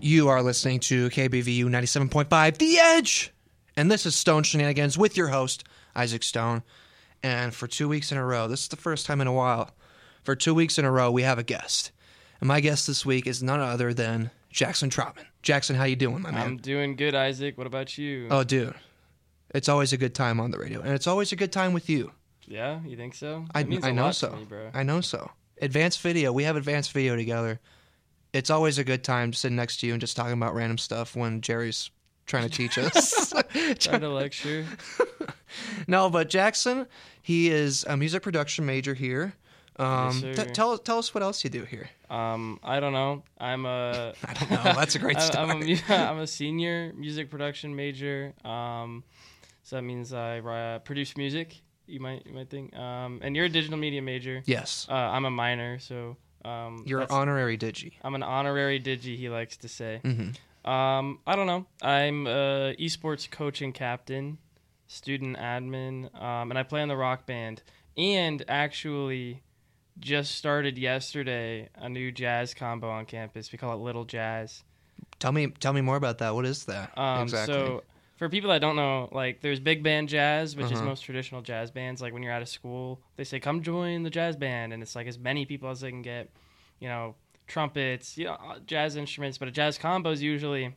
You are listening to KBVU 97.5 The Edge. And this is Stone Shenanigans with your host, Isaac Stone. And for two weeks in a row, this is the first time in a while, for two weeks in a row, we have a guest. And my guest this week is none other than Jackson Trotman. Jackson, how you doing, my man? I'm doing good, Isaac. What about you? oh, dude. It's always a good time on the radio. And it's always a good time with you. yeah, you think so? I, That means I a know lot so. to me, bro. I know so. Advanced video. We have advanced video together. It's always a good time sitting next to you and just talking about random stuff when Jerry's trying to teach us. Trying to lecture. no, but Jackson, he is a music production major here. Um, Yes, t- sir. tell tell us what else you do here. Um, I don't know. I'm a. I don't know. That's a great I'm- start. I'm a, mu- I'm a senior music production major. Um, so that means I uh, produce music. You might you might think. Um, and you're a digital media major. yes, Uh, I'm a minor, so. Um, you're that's- honorary digi. I'm an honorary digi. He likes to say. hmm Um, I don't know. I'm a esports coach and captain, student admin, um, and I play in the rock band. And actually, just started yesterday a new jazz combo on campus. We call it Little Jazz. Tell me tell me more about that. What is that Um, exactly? So, for people that don't know, like there's big band jazz, which is Uh-huh. most traditional jazz bands. Like when you're out of school, they say come join the jazz band, and it's like as many people as they can get. You know, trumpets, you know, uh, jazz instruments, but a jazz combo is usually.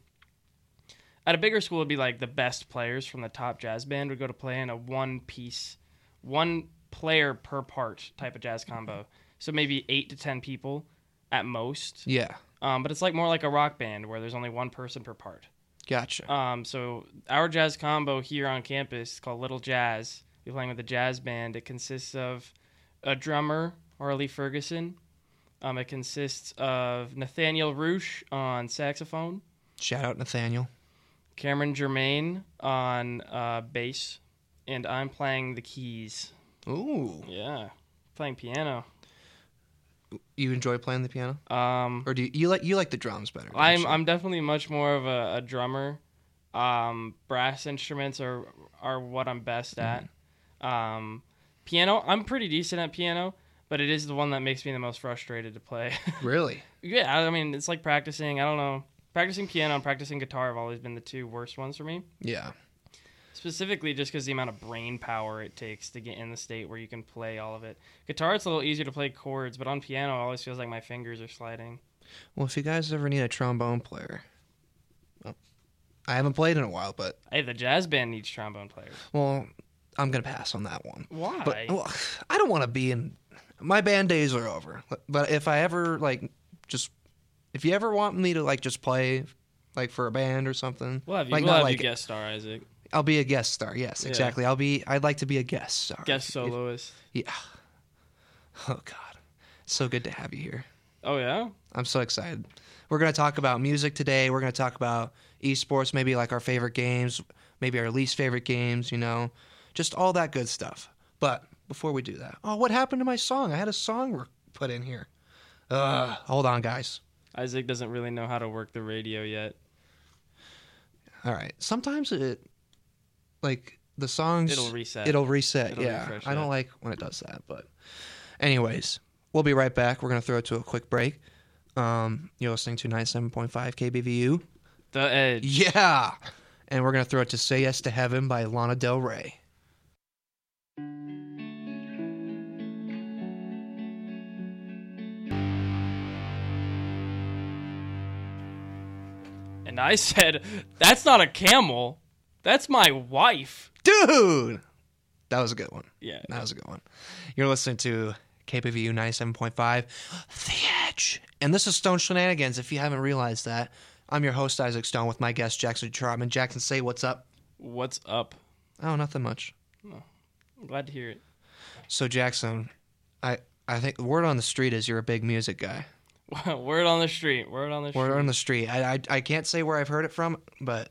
At a bigger school, it'd be like the best players from the top jazz band would go to play in a one piece, one player per part type of jazz combo. So maybe eight to ten people at most. yeah, Um, but it's like more like a rock band where there's only one person per part. gotcha. Um, so our jazz combo here on campus is called Little Jazz. We're playing with a jazz band. It consists of a drummer, Harley Ferguson. Um, it consists of Nathaniel Roosh on saxophone, Shout out Nathaniel. Cameron Germain on uh, bass, and I'm playing the keys. Ooh, Yeah, playing piano. you enjoy playing the piano, Um, or do you, you like you like the drums better? don't I'm you? I'm definitely much more of a, a drummer. Um, brass instruments are are what I'm best at. Um, piano, I'm pretty decent at piano, but it is the one that makes me the most frustrated to play. really. yeah, I mean it's like practicing. I don't know. Practicing piano and practicing guitar have always been the two worst ones for me. Yeah, Specifically, just because the amount of brain power it takes to get in the state where you can play all of it. Guitar, it's a little easier to play chords, but on piano, it always feels like my fingers are sliding. Well, if you guys ever need a trombone player, well, I haven't played in a while, but Hey, the jazz band needs trombone players. well, I'm gonna pass on that one. Why? But well, I don't want to be in. My band days are over. But if I ever like, just if you ever want me to like just play, like for a band or something, We'll have you, like we'll not have like you guest star, Isaac. I'll be a guest star. Yes, Yeah. exactly. I'll be. I'd like to be a guest star. Guest If- if- soloist. Yeah. Oh God, so good to have you here. Oh yeah, I'm so excited. We're going to talk about music today. We're going to talk about esports, maybe like our favorite games, maybe our least favorite games, you know, just all that good stuff. But before we do that, oh, what happened to my song? I had a song re- put in here. Uh, hold on, guys. Isaac doesn't really know how to work the radio yet. All right. Sometimes it, like, the songs. It'll reset. It'll reset. It'll yeah. refresh I it. don't like when it does that. But, anyways, we'll be right back. We're going to throw it to a quick break. Um, you're listening to 97.5 KBVU. The edge. Yeah. And we're going to throw it to Say Yes to Heaven by Lana Del Rey. And I said, "That's not a camel. That's my wife." Dude! That was a good one. Yeah. That was a good one. You're listening to KPVU 97.5, The Edge. And this is Stone Shenanigans, if you haven't realized that. I'm your host, Isaac Stone, with my guest, Jackson Trotman. Jackson, say what's up. What's up? Oh, nothing much. I'm glad to hear it. So, Jackson, I, I think word on the street is you're a big music guy. Word on the street. Word on the street. Word on the street. I, I, I can't say where I've heard it from, but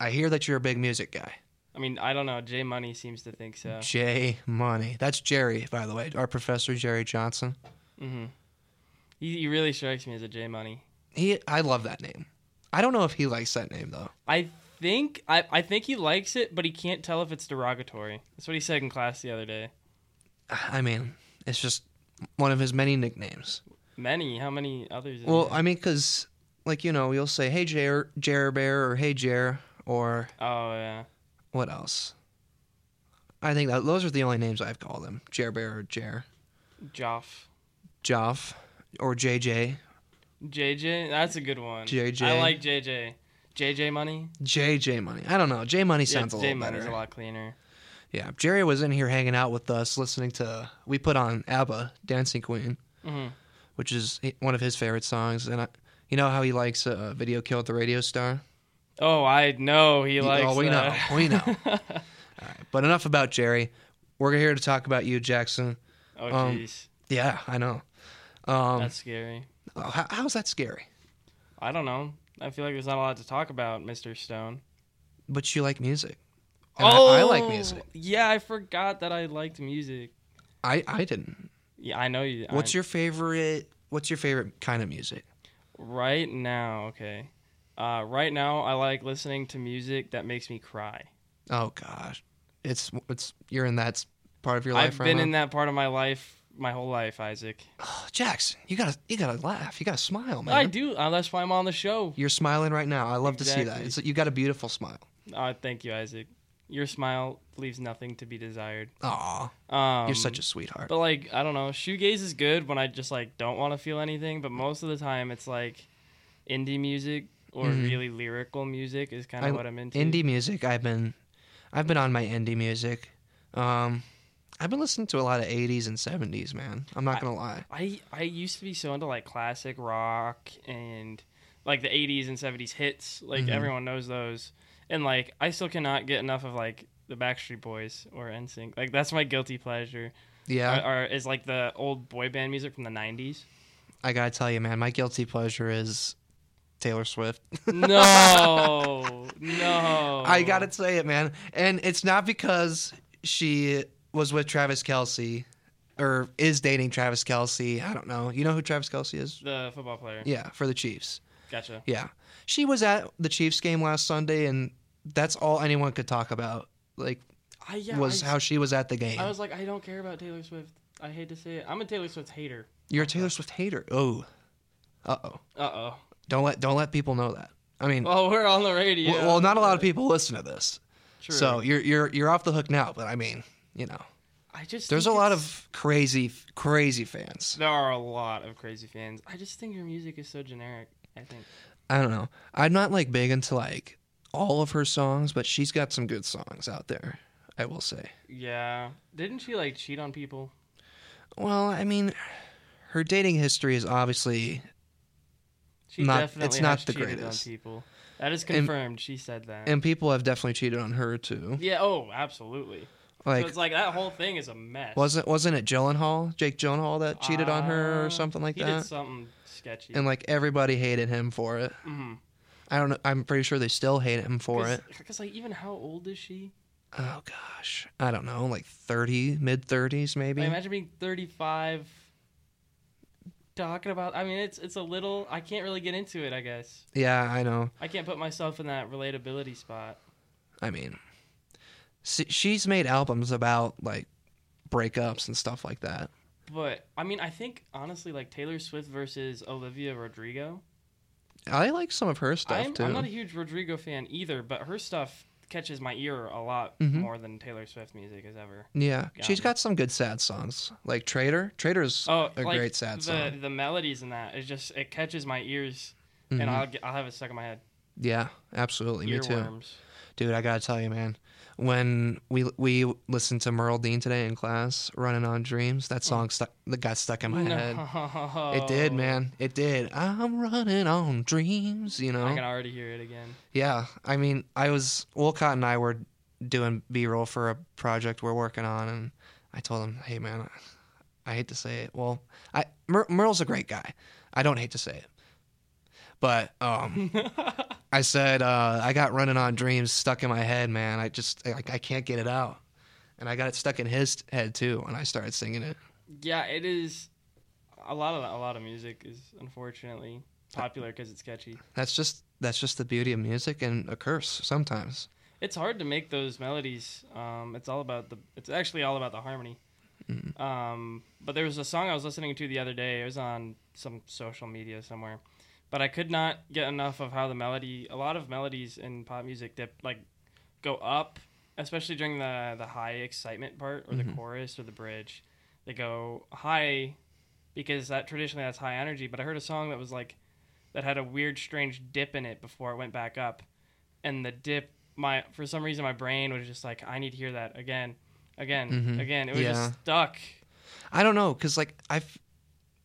I hear that you're a big music guy. I mean, I don't know. J Money seems to think so. Jay Money. That's Jerry, by the way, our professor Jerry Johnson. hmm He, he really strikes me as a J Money. He, I love that name. I don't know if he likes that name though. I think I, I think he likes it, but he can't tell if it's derogatory. That's what he said in class the other day. I mean, it's just one of his many nicknames. Many. How many others? is Well, there? I mean, because like you know, you'll say, "Hey Jer, Jer Bear," or "Hey Jer," or Oh yeah. what else? I think that those are the only names I've called him: Jer Bear or Jer, Joff. Joff, or JJ, JJ, that's a good one. JJ. I like JJ. JJ money. JJ Money. I don't know. J Money sounds yeah, a J little money's better. a lot cleaner. Yeah, Jerry was in here hanging out with us, listening to we put on ABBA, Dancing Queen, Mhm. which is one of his favorite songs. And I, you know how he likes uh, Video Kill at the Radio Star. Oh, I know he Oh, likes. we know, that. we know. But enough about Jerry. We're here to talk about you, Jackson. oh Um, jeez, Yeah, I know. Um, that's scary. oh, how, how's that scary? I don't know. I feel like there's not a lot to talk about, Mr. Stone. But you like music. And I- I, Oh! like music. Yeah, I forgot that I liked music. I, I didn't. Yeah, I know you. What's your favorite? What's your favorite kind of music? right now? Okay, uh, right now I like listening to music that makes me cry. Oh gosh, it's it's you're in that part of your life I've right been now. in that part of my life my whole life, Isaac. Oh, Jackson, you gotta you gotta laugh. You gotta smile, man. I do. Uh, that's why I'm on the show. You're smiling right now. I love to see that. Exactly. It's, you got a beautiful smile. Uh, thank you, Isaac. Your smile leaves nothing to be desired. Aw, Um, you're such a sweetheart. But like I don't know, shoegaze is good when I just like don't want to feel anything. But most of the time, it's like indie music or Mhm. really lyrical music is kind I- of what I'm into. Indie music. I've been I've been on my indie music. Um, I've been listening to a lot of 80s and 70s, man. I'm not gonna lie. I I used to be so into like classic rock and like the 80s and 70s hits. Like Mhm. everyone knows those. And like I still cannot get enough of like the Backstreet Boys or NSYNC. Like that's my guilty pleasure. Yeah, Or, or is like the old boy band music from the 90s. I gotta tell you, man. My guilty pleasure is Taylor Swift. No, no. I gotta say it, man. And it's not because she was with Travis Kelsey or is dating Travis Kelsey. I don't know. You know who Travis Kelsey is? The football player. Yeah, for the Chiefs. Gotcha. Yeah. She was at the Chiefs game last Sunday and that's all anyone could talk about. Like I yeah. was I, how she was at the game. I was like, I don't care about Taylor Swift. I hate to say it. I'm a Taylor Swift hater. You're a Taylor Swift hater. Oh. Uh-oh. Uh oh. Don't let don't let people know that. I mean, Well, we're on the radio. well, well, not a lot of people listen to this. True. So, you're you're you're off the hook now, but I mean, you know, I just there's a think lot it's- of crazy crazy fans. There are a lot of crazy fans. I just think your music is so generic. I think. I don't know. I'm not like big into like all of her songs, but she's got some good songs out there. I will say. Yeah. Didn't she like cheat on people? Well, I mean, her dating history is obviously She Not- definitely it's not has the cheated greatest. on people. That is confirmed. she said that. and people have definitely cheated on her too. yeah. Oh, absolutely. so Like it's like that whole thing is a mess. wasn't wasn't it Gyllenhaal, Jake Gyllenhaal that cheated on her Uh, or something like he did that? something sketchy. And like everybody hated him for it. mm-hmm. I don't know. I'm pretty sure they still hate him for it. Because like even how old is she? Oh gosh, I don't know, like 30, mid 30s maybe. Like, imagine being 35 talking about I mean it's it's a little I can't really get into it, I guess. yeah, I know. I can't put myself in that relatability spot. I mean, s- she's made albums about like breakups and stuff like that. But I mean, I think honestly like Taylor Swift versus Olivia Rodrigo. I like some of her stuff I'm, too. I'm not e-, a huge Rodrigo fan either, but her stuff catches my ear a lot Mhm. more than Taylor Swift music has ever. yeah, Yeah. she's got some good sad songs, like Traitor. Traitor's Oh, a like, great sad the, song. The melodies in that it just it catches my ears Mhm. and I'll get, I'll have it stuck in my head. yeah, absolutely. Me too, Earworms. dude. I gotta tell you, man. When we we listened to Merle Dean today in class, "Running on Dreams," Mm. that song stuck. That got stuck in my head. No. It did, man. It did. I'm running on dreams. You know. I can already hear it again. Yeah, I mean, I was Wolcott and I were doing B roll for a project we're working on, and I told him, "Hey, man, I hate to say it. Well, I Mer- Merle's a great guy. I don't hate to say it, but um, I said uh, I got running on dreams stuck in my head, man. I just I, I can't get it out, and I got it stuck in his head too, and I started singing it. yeah, it is. A lot of a lot of music is unfortunately popular because it's catchy. That's just that's just the beauty of music and a curse sometimes. It's hard to make those melodies. Um, it's all about the. It's actually all about the harmony. Um, but there was a song I was listening to the other day. It was on some social media somewhere, but I could not get enough of how the melody, a lot of melodies in pop music that like go up, especially during the the high excitement part or the Mhm. chorus or the bridge, they go high because that traditionally that's high energy. But I heard a song that was like that had a weird, strange dip in it before it went back up, and the dip, my for some reason my brain was just like, I need to hear that again, again, Mhm. again. It was Yeah. just stuck. I don't know, cause like I,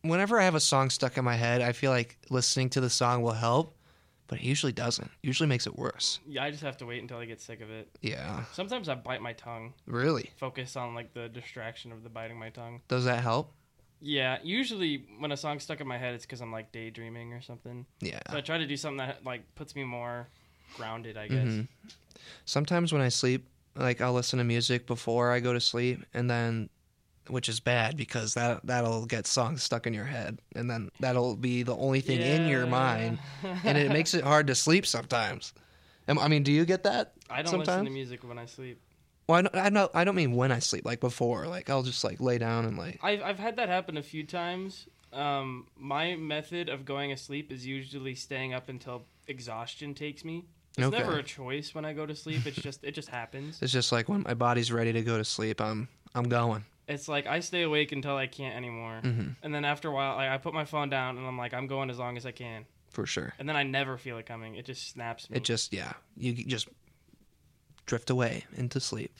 whenever I have a song stuck in my head, I feel like listening to the song will help, but it usually doesn't. It usually makes it worse. Yeah, I just have to wait until I get sick of it. Yeah, Sometimes I bite my tongue. really. focus on like the distraction of the biting my tongue. Does that help? Yeah, usually when a song's stuck in my head, it's because I'm like daydreaming or something. Yeah. So I try to do something that like puts me more grounded, I guess. Mhm. Sometimes when I sleep, like I'll listen to music before I go to sleep, and then, which is bad because that that'll get songs stuck in your head, and then that'll be the only thing in your mind, Yeah. and it makes it hard to sleep sometimes. Am- I mean, do you get that? I don't listen sometimes? to music when I sleep. Well, I don't, I don't. I don't mean when I sleep, like before. Like I'll just like lay down and like. I've I've had that happen a few times. Um, my method of going asleep is usually staying up until exhaustion takes me. It's Okay. never a choice when I go to sleep. It's just it just happens. It's just like when my body's ready to go to sleep, I'm I'm going. It's like I stay awake until I can't anymore. hmm And then after a while, I, I put my phone down and I'm like, I'm going as long as I can. for sure. And then I never feel it coming. It just snaps me. It just yeah, you g- just drift away into sleep.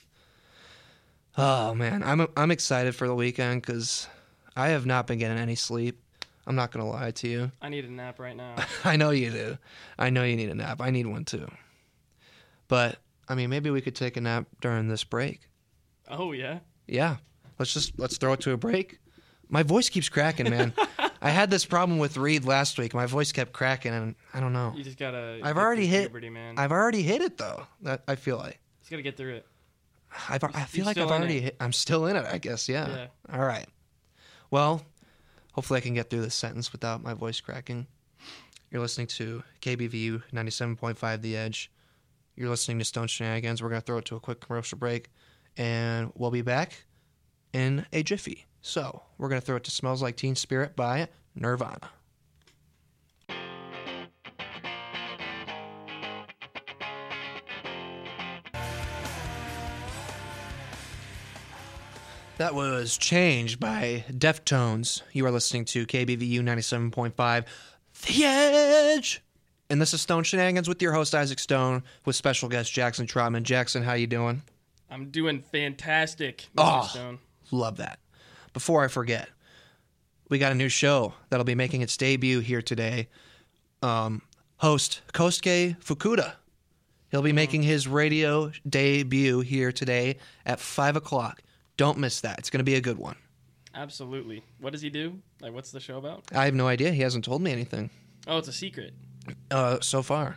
Oh man, I'm I'm excited for the weekend because I have not been getting any sleep. I'm not gonna lie to you. I need a nap right now. I know you do. I know you need a nap. I need one too. But I mean, maybe we could take a nap during this break. oh yeah. Yeah. Let's just let's throw it to a break. My voice keeps cracking, man. I had this problem with Reed last week. My voice kept cracking, and I don't know. You just gotta. I've get already through hit- puberty, man. I've already hit it though. That- I feel like. Just gotta get through it. I've, I You're feel like I've still in already. Hit, I'm still in it. I guess. Yeah. Yeah. All right. Well, hopefully I can get through this sentence without my voice cracking. You're listening to KBVU 97.5 The Edge. You're listening to Stone Shenanigans. We're gonna throw it to a quick commercial break, and we'll be back in a jiffy. So we're gonna throw it to "Smells Like Teen Spirit" by Nirvana. That was changed by Deftones. You are listening to KBVU 97.5, The Edge. And this is Stone Shenanigans with your host Isaac Stone with special guest Jackson Trotman. Jackson, how you doing? I'm doing fantastic, Mr. Oh. Stone. Love that. Before I forget, we got a new show that'll be making its debut here today. Um, host Kosuke Fukuda. He'll be making his radio debut here today at 5 o'clock. Don't miss that. It's going to be a good one. Absolutely. What does he do? Like, what's the show about? I have no idea. He hasn't told me anything Oh, it's a secret. uh, so far.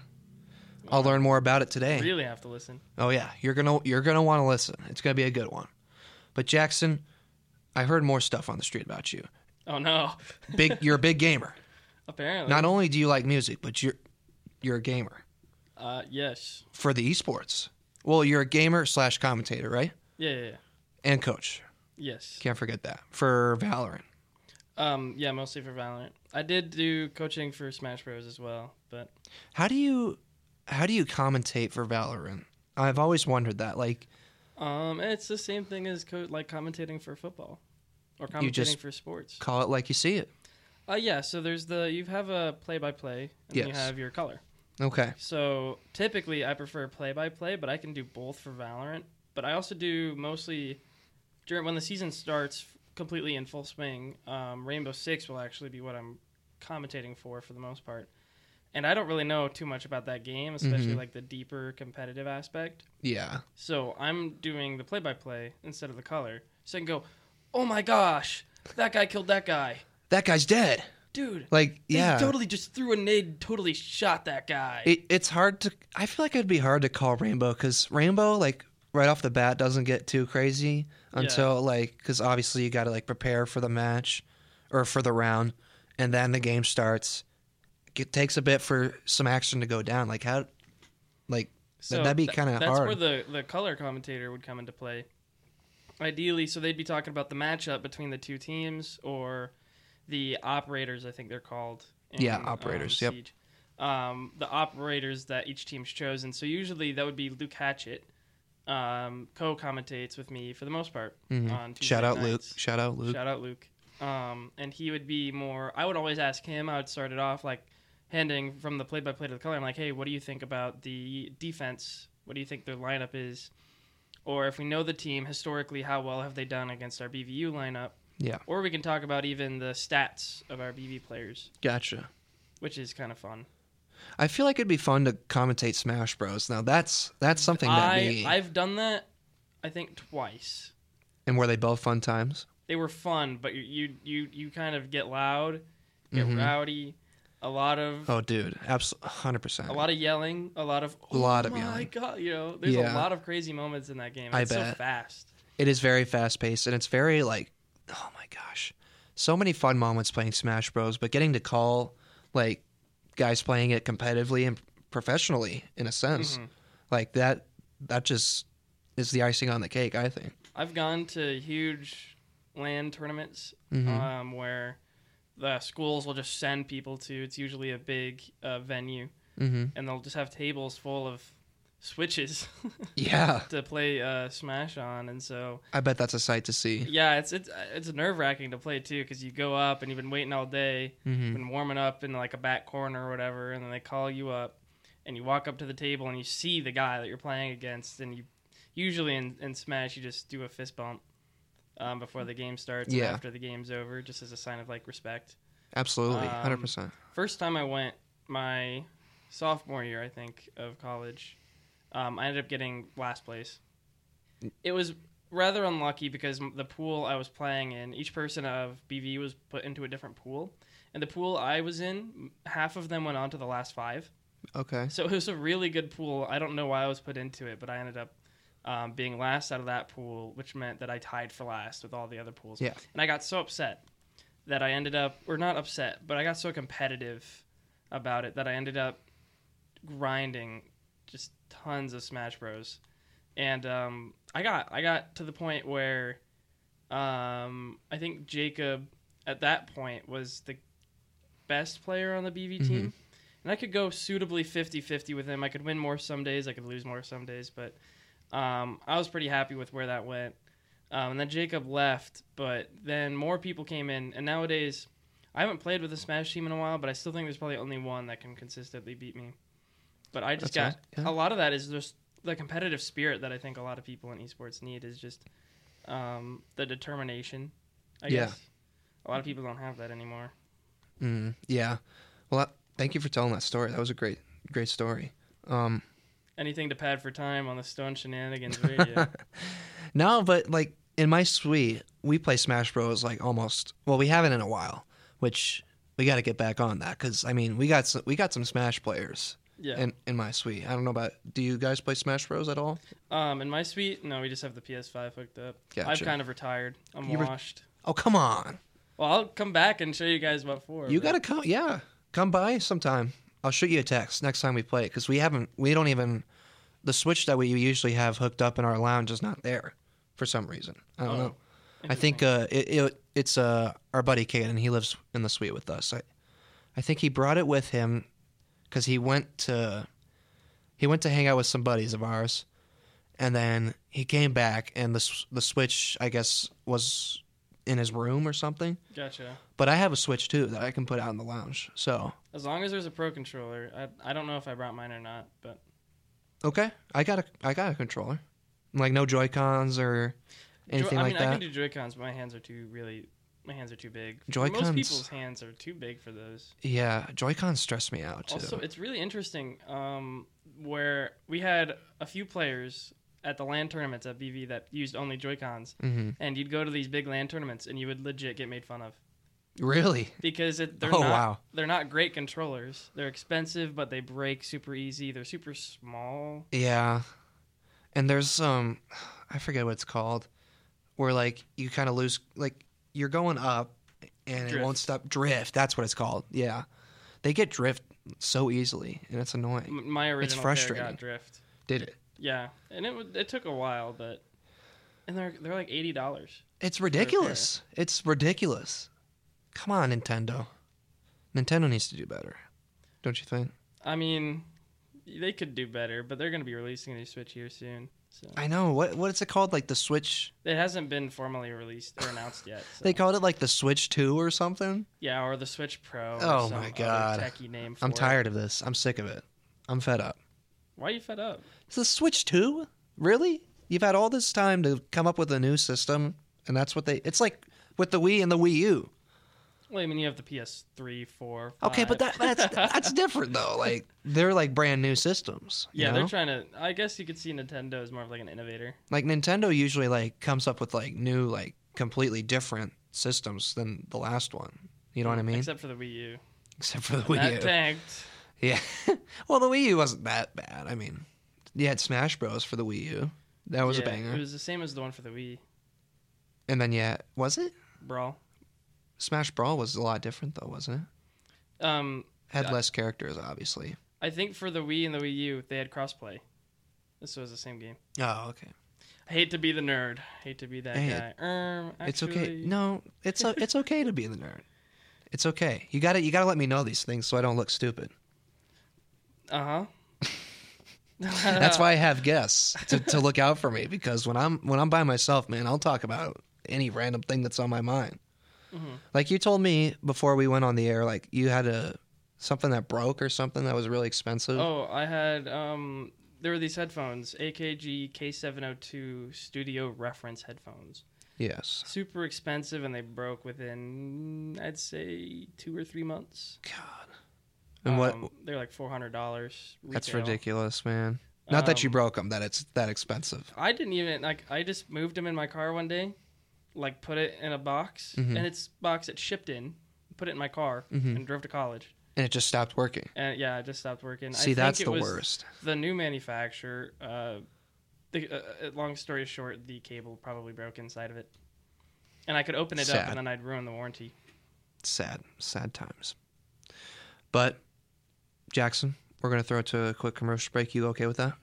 I'll learn more about it today. Really have to listen. Oh yeah, you're gonna you're gonna want to listen. It's gonna be a good one. But Jackson, I heard more stuff on the street about you. Oh no. Big, you're a big gamer. Apparently. Not only do you like music, but you're you're a gamer uh, yes. for the esports. Well, you're a gamer slash commentator, right? Yeah, yeah, yeah. And coach. Yes. Can't forget that for Valorant. Um, yeah, mostly for Valorant. I did do coaching for Smash Bros as well, but How do you how do you commentate for Valorant? I've always wondered that. Like Um, it's the same thing as co- like commentating for football or You commentating just- for sports. call it like you see it. Uh, yeah. So there's the you have a play by play and then you Yes. have your color. Okay. So typically I prefer play by play, but I can do both for Valorant. But I also do mostly during when the season starts f- completely in full swing. Um, Rainbow Six will actually be what I'm commentating for for the most part. And I don't really know too much about that game, especially Mhm. like the deeper competitive aspect. Yeah. So I'm doing the play by play instead of the color. So I can go, oh my gosh, that guy killed that guy. That guy's dead. Dude, Like they yeah. totally just threw a nade, totally shot that guy. It, it's hard to. I feel like it'd be hard to call Rainbow because Rainbow, like right off the bat, doesn't get too crazy until like because obviously you got to like prepare for the match or for the round, and then the game starts. It takes a bit for some action to go down. Like how, like so that'd be tha- kinda That's hard. where the, the color commentator would come into play. Ideally, so they'd be talking about the matchup between the two teams or the operators, I think they're called. um, Yeah, operators, yep. Siege. Um, the operators that each team's chosen. So usually that would be Luke Hatchett, um, co-commentates with me for the most part Mhm. on Tuesday Shout out Luke. nights. Shout out Luke. Shout out Luke. Um, and he would be more. I would always ask him. I would start it off like handing from the play-by-play to the color. I'm like, hey, what do you think about the defense? What do you think their lineup is? Or if we know the team historically, how well have they done against our BVU lineup? Yeah. Or we can talk about even the stats of our BV players, Gotcha. which is kind of fun. I feel like it'd be fun to commentate Smash Bros. Now that's that's something that I we I've done that, I think twice. and were they both fun times? they were fun, but you you you, you kind of get loud, get Mhm. rowdy, a lot of Oh, dude, absolutely, hundred percent. a lot of yelling, a lot of "Oh A lot of my yelling. god, you know, there's Yeah. a lot of crazy moments in that game. and I It's so bet. fast. It is very fast paced and it's very like, oh my gosh, so many fun moments playing Smash Bros. But getting to call like guys playing it competitively and professionally in a sense, Mhm. like that, that just is the icing on the cake. I think. I've gone to huge land tournaments Mhm. um, where the schools will just send people to. It's usually a big uh, venue, Mm-hmm. and they'll just have tables full of switches Yeah, to play uh, Smash on, and so. I bet that's a sight to see. Yeah, it's it's it's nerve wracking to play too because you go up and you've been waiting all day, Mhm. been warming up in like a back corner or whatever, and then they call you up, and you walk up to the table and you see the guy that you're playing against, and you usually in, in Smash you just do a fist bump um, before the game starts Yeah. and after the game's over, just as a sign of like respect. Absolutely, Um, hundred percent. First time I went my sophomore year, I think, of college, um, I ended up getting last place. It was rather unlucky because m- the pool I was playing in, each person of BV was put into a different pool. And the pool I was in, m- half of them went on to the last five. Okay. So it was a really good pool. I don't know why I was put into it, but I ended up um, being last out of that pool, which meant that I tied for last with all the other pools. Yeah. And I got so upset that I ended up, or not upset, but I got so competitive about it that I ended up grinding just tons of Smash Bros. And um, I got I got to the point where um, I think Jacob at that point was the best player on the BV team. And I could go suitably 50 50 with him. I could win more some days, I could lose more some days, but um, I was pretty happy with where that went. Um, and then Jacob left, but then more people came in. And nowadays, I haven't played with a Smash team in a while, but I still think there's probably only one that can consistently beat me. But I just That's got right, yeah. a lot of that is just the competitive spirit that I think a lot of people in esports need is just um, the determination. I Yeah. guess a lot of people don't have that anymore. Mm, yeah. Well, I- thank you for telling that story. That was a great, great story. Um, Anything to pad for time on the Stone Shenanigans radio. No, but like in my suite, we play Smash Bros. like almost. Well, we haven't in a while, which we got to get back on that because I mean we got some, we got some Smash players yeah. in in my suite. I don't know about. Do you guys play Smash Bros. at all? um, in my suite, no, we just have the PS5 hooked up. Gotcha. I've kind of retired. I'm You re- washed. Oh come on, well, I'll come back and show you guys what for. you but- gotta come. Yeah, come by sometime. I'll shoot you a text next time we play because we haven't. We don't even. The Switch that we usually have hooked up in our lounge is not there for some reason. I don't Oh. know. I think uh, it, it, it's uh, our buddy Caden. He lives in the suite with us. I, I think he brought it with him because he went to he went to hang out with some buddies of ours, and then he came back and the s- the switch I guess was in his room or something. Gotcha. But I have a switch too that I can put out in the lounge. So As long as there's a pro controller, I, I don't know if I brought mine or not, but okay, I got a I got a controller, like no Joy Cons or anything I like mean, I that. can do Joy Cons, but my hands are too really. My hands are too big. Joy-Cons. Most people's hands are too big for those. yeah, Joy Cons stress me out too. Also, it's really interesting um, where we had a few players at the LAN tournaments at BV that used only Joy Cons, hmm and you'd go to these big LAN tournaments and you would legit get made fun of Really? because it, they're oh not wow. they're not great controllers. They're expensive, but they break super easy. They're super small. Yeah. And there's um I forget what it's called where like you kind of lose like you're going up and it Drift. won't stop drift. That's what it's called. Yeah. They get drift so easily and it's annoying. M- My original frustrating. pair got drift. Did it? Yeah, and it wa- it took a while, but and they're they're like eighty dollars. It's ridiculous. It's ridiculous. Come on, Nintendo. Nintendo needs to do better, don't you think? I mean, they could do better, but they're going to be releasing a new Switch here soon. So I know what what is it called? Like the Switch? it hasn't been formally released or announced yet. So. They called it like the Switch Two or something. yeah, or the Switch Pro. or Oh some my other God. Techie name. For I'm it. tired of this. I'm sick of it. I'm fed up. Why are you fed up? Is the Switch Two really? You've had all this time to come up with a new system, and that's what they. It's like with the Wii and the Wii U. Well, I mean, you have the PS3, 4. Okay, but that five. that's that's different though. Like they're like brand new systems. you yeah, they're know? trying to. I guess you could see Nintendo as more of like an innovator. like Nintendo usually like comes up with like new like completely different systems than the last one. You know what I mean? Except, Except for the Wii U. for the that Wii U. tanked. Yeah. well, the Wii U wasn't that bad. I mean, you had Smash Bros for the Wii U. That was Yeah, a banger. It was the same as the one for the Wii and then yeah, was it? Brawl. Smash Brawl was a lot different though, wasn't it? Um, Had Yeah. less characters, obviously. I think for the Wii and the Wii U, they had crossplay. This was the same game. Oh, okay. I hate to be the nerd. I hate to be that Hey, guy. Um, It's okay. actually- No, it's o- it's okay to be the nerd. It's okay. You got to you got to let me know these things so I don't look stupid. Uh huh. That's why I have guests to, to look out for me because when I'm when I'm by myself, man, I'll talk about any random thing that's on my mind. Mhm. Like you told me before we went on the air, like you had a something that broke or something that was really expensive. Oh, I had um. There were these headphones, AKG K702 Studio Reference headphones. Yes. Super expensive, and they broke within, I'd say, two or three months. God. And what? Um, They're like four hundred dollars. That's ridiculous, man. Not that you Um, broke them, that it's that expensive. I didn't even like. I just moved them in my car one day, like put it in a box, Mhm. and it's box it shipped in. Put it in my car Mhm. and drove to college. And it just stopped working. And yeah, I just stopped working. I See, think that's it the was worst. The new manufacturer. Uh, the uh, uh, long story short, the cable probably broke inside of it, and I could open it up, Sad. and then I'd ruin the warranty. Sad, sad times. But Jackson, we're gonna throw it to a quick commercial break. You okay with that? Are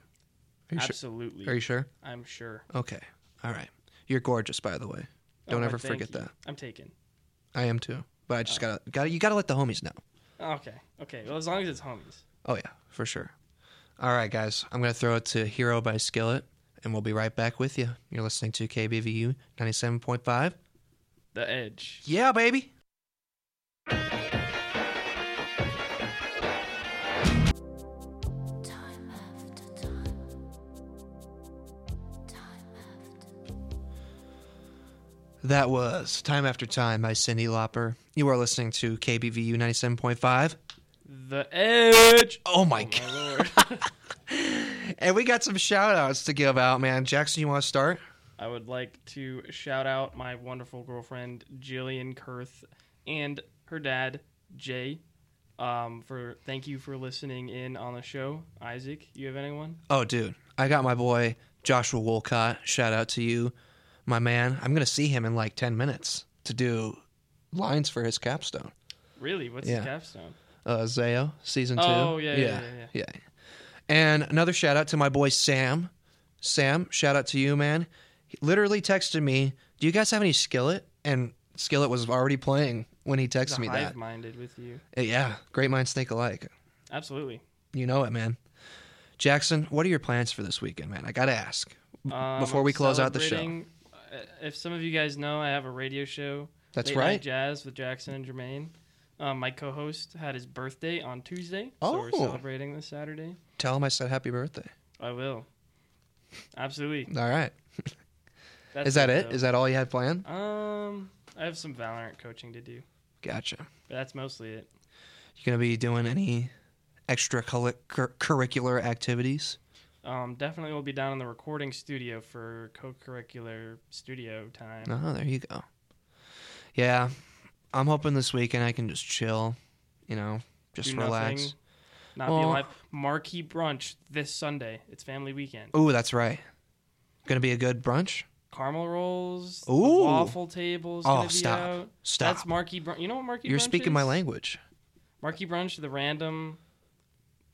you sure? Absolutely, Are you sure? I'm sure. Okay. All right. You're gorgeous, by the way. Don't Oh, I ever thank forget you. Uh, that. I'm taken. I am too. But I just gotta, gotta, you gotta let the homies know. Okay, okay. Well, as long as it's homies. Oh yeah, for sure. All right, guys. I'm gonna throw it to "Hero" by Skillet, and we'll be right back with you. You're listening to KBVU 97.5. The Edge. Yeah, baby. Time after time. Time after That was "Time After Time" by Cindy Lauper. You are listening to KBVU 97.5. The Edge. Oh my Oh, god! my lord. And we got some shout outs to give out, man. Jackson, you want to start? I would like to shout out my wonderful girlfriend Jillian Kurth and her dad Jay. Um, for thank you for listening in on the show, Isaac. You have anyone? Oh, dude, I got my boy Joshua Wolcott. Shout out to you, my man. I'm gonna see him in like ten minutes to do lines for his capstone. Really? What's Yeah. the capstone? Uh, Zayo season two. Oh, yeah, yeah, yeah, yeah, yeah. And another shout out to my boy Sam. Sam, shout out to you, man. He literally texted me, "Do you guys have any Skillet?" And Skillet was already playing when he texted me that. Uh, minded with you. Yeah, great minds think alike. Absolutely. You know it, man. Jackson, what are your plans for this weekend, man? I gotta ask. Um, Before I'm we close out the show. celebrating- uh, if some of you guys know, I have a radio show. That's Late Night right. Jazz with Jackson and Jermaine. Um, my co-host had his birthday on Tuesday, so we're Oh. celebrating this Saturday. Tell him I said happy birthday. I will. Absolutely. All right. That's Is that it? it? though. Is that all you had planned? Um, I have some Valorant coaching to do, Gotcha. but that's mostly it. You gonna be doing any extra cul- cur- curricular activities? Um, definitely will be down in the recording studio for co-curricular studio time. Oh, there you go. Yeah, I'm hoping this weekend I can just chill. You know, just do relax. Nothing, not be Well- alive. Marquee brunch this Sunday. It's family weekend. Ooh, that's right. Gonna be a good brunch. Caramel rolls. the Ooh. Waffle tables. Oh, gonna be stop. Out. Stop. That's Marquee brunch. You know what Marquee? You're brunch speaking my is? language. Marquee brunch, the random,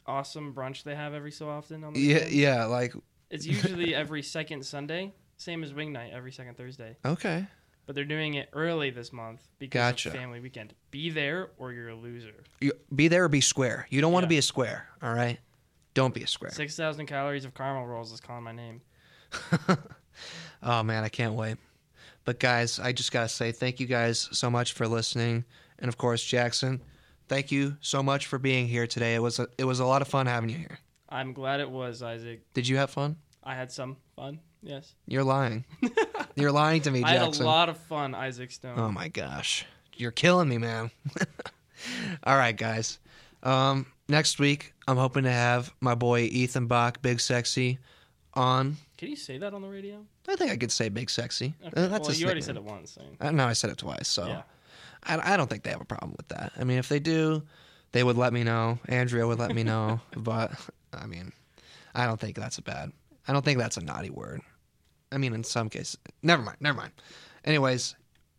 awesome brunch they have every so often. On the Yeah, weekend. yeah. Like, It's usually every second Sunday, same as wing night, every second Thursday. okay, but they're doing it early this month because Gotcha. of family weekend. Be there or you're a loser. You, be there or be square. You don't want to be Yeah. a square, all right? Don't be a square. Six thousand calories of caramel rolls is calling my name. Oh man, I can't wait. But guys, I just gotta say thank you guys so much for listening, and of course Jackson, thank you so much for being here today. It was a, it was a lot of fun having you here. I'm glad it was Isaac. Did you have fun? I had some fun. Yes, You're lying. You're lying to me, I had a Jackson. lot of fun, Isaac Stone. Oh my gosh, you're killing me, man. All right, guys. Um, next week, I'm hoping to have my boy Ethan Bach, Big Sexy, on. Can you say that on the radio? I think I could say Big Sexy. Uh, Okay. That's well, his you already nickname. Um, said it once. so- I know I said it twice, so Yeah. I, I don't think they have a problem with that. I mean, if they do, they would let me know. Andrea would let me know, but I mean, I don't think that's a bad. I don't think that's a naughty word. I mean, in some cases, never mind, never mind. Anyways,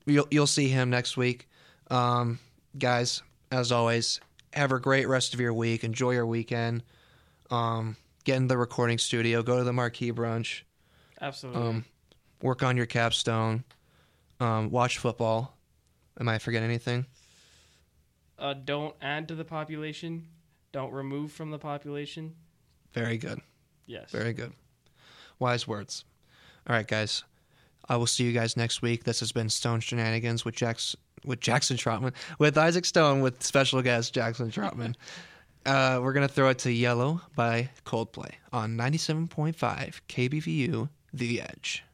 you'll you'll see him next week, um, guys. As always, have a great rest of your week. Enjoy your weekend. Um, get in the recording studio. Go to the Marquee Brunch Absolutely. Um, work on your capstone, um, watch football. Am I forgetting anything? uh, don't add to the population. Don't remove from the population. Very good. Yes. Very good. Wise words. All right, guys. I will see you guys next week. This has been Stone Shenanigans with Jackson, with Jackson Trotman, with Isaac Stone, with special guest Jackson Trotman. uh, we're gonna throw it to "Yellow" by Coldplay on ninety-seven point five KBVU, The Edge.